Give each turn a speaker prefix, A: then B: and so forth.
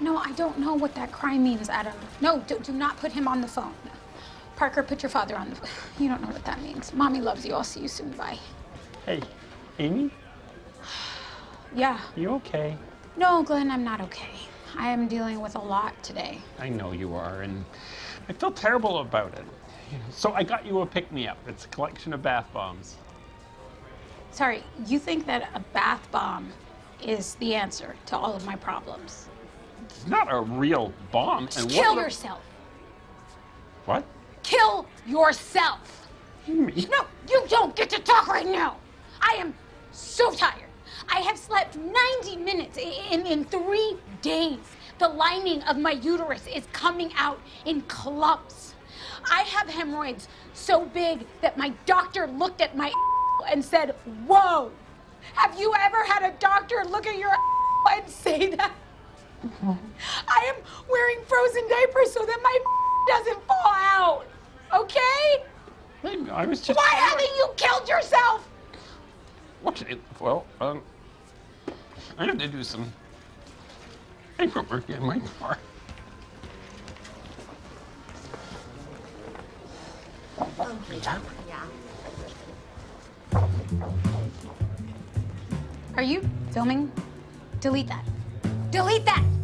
A: No, I don't know what that cry means, Adam. No, do, do not put him on the phone. Parker, put your father on the. You don't know what that means. Mommy loves you. I'll see you soon. Bye.
B: Hey, Amy,
A: Yeah.
B: you okay?
A: No, Glenn, I'm not okay. I am dealing with a lot today.
B: I know you are, and I feel terrible about it. You know, So I got you a pick me up. It's a collection of bath bombs.
A: Sorry, you think that a bath bomb is the answer to all of my problems?
B: It's not a real bomb. and what
A: Kill
B: would-
A: yourself.
B: What?
A: Kill yourself.
B: Amy,
A: No, you don't get to talk right now. I am so tired. I have slept 90 minutes i- in, in three days. The lining of my uterus is coming out in clumps. I have hemorrhoids so big that my doctor looked at my and said, Whoa, have you ever had a doctor look at your and say that? I am wearing frozen diapers so that my doesn't fall out. Okay?
B: Amy, I was just.
A: Why haven't you killed yourself?
B: What? It, well, um, I have to do some paperwork in my car. Yeah.
A: Are you filming? Delete that. Delete that!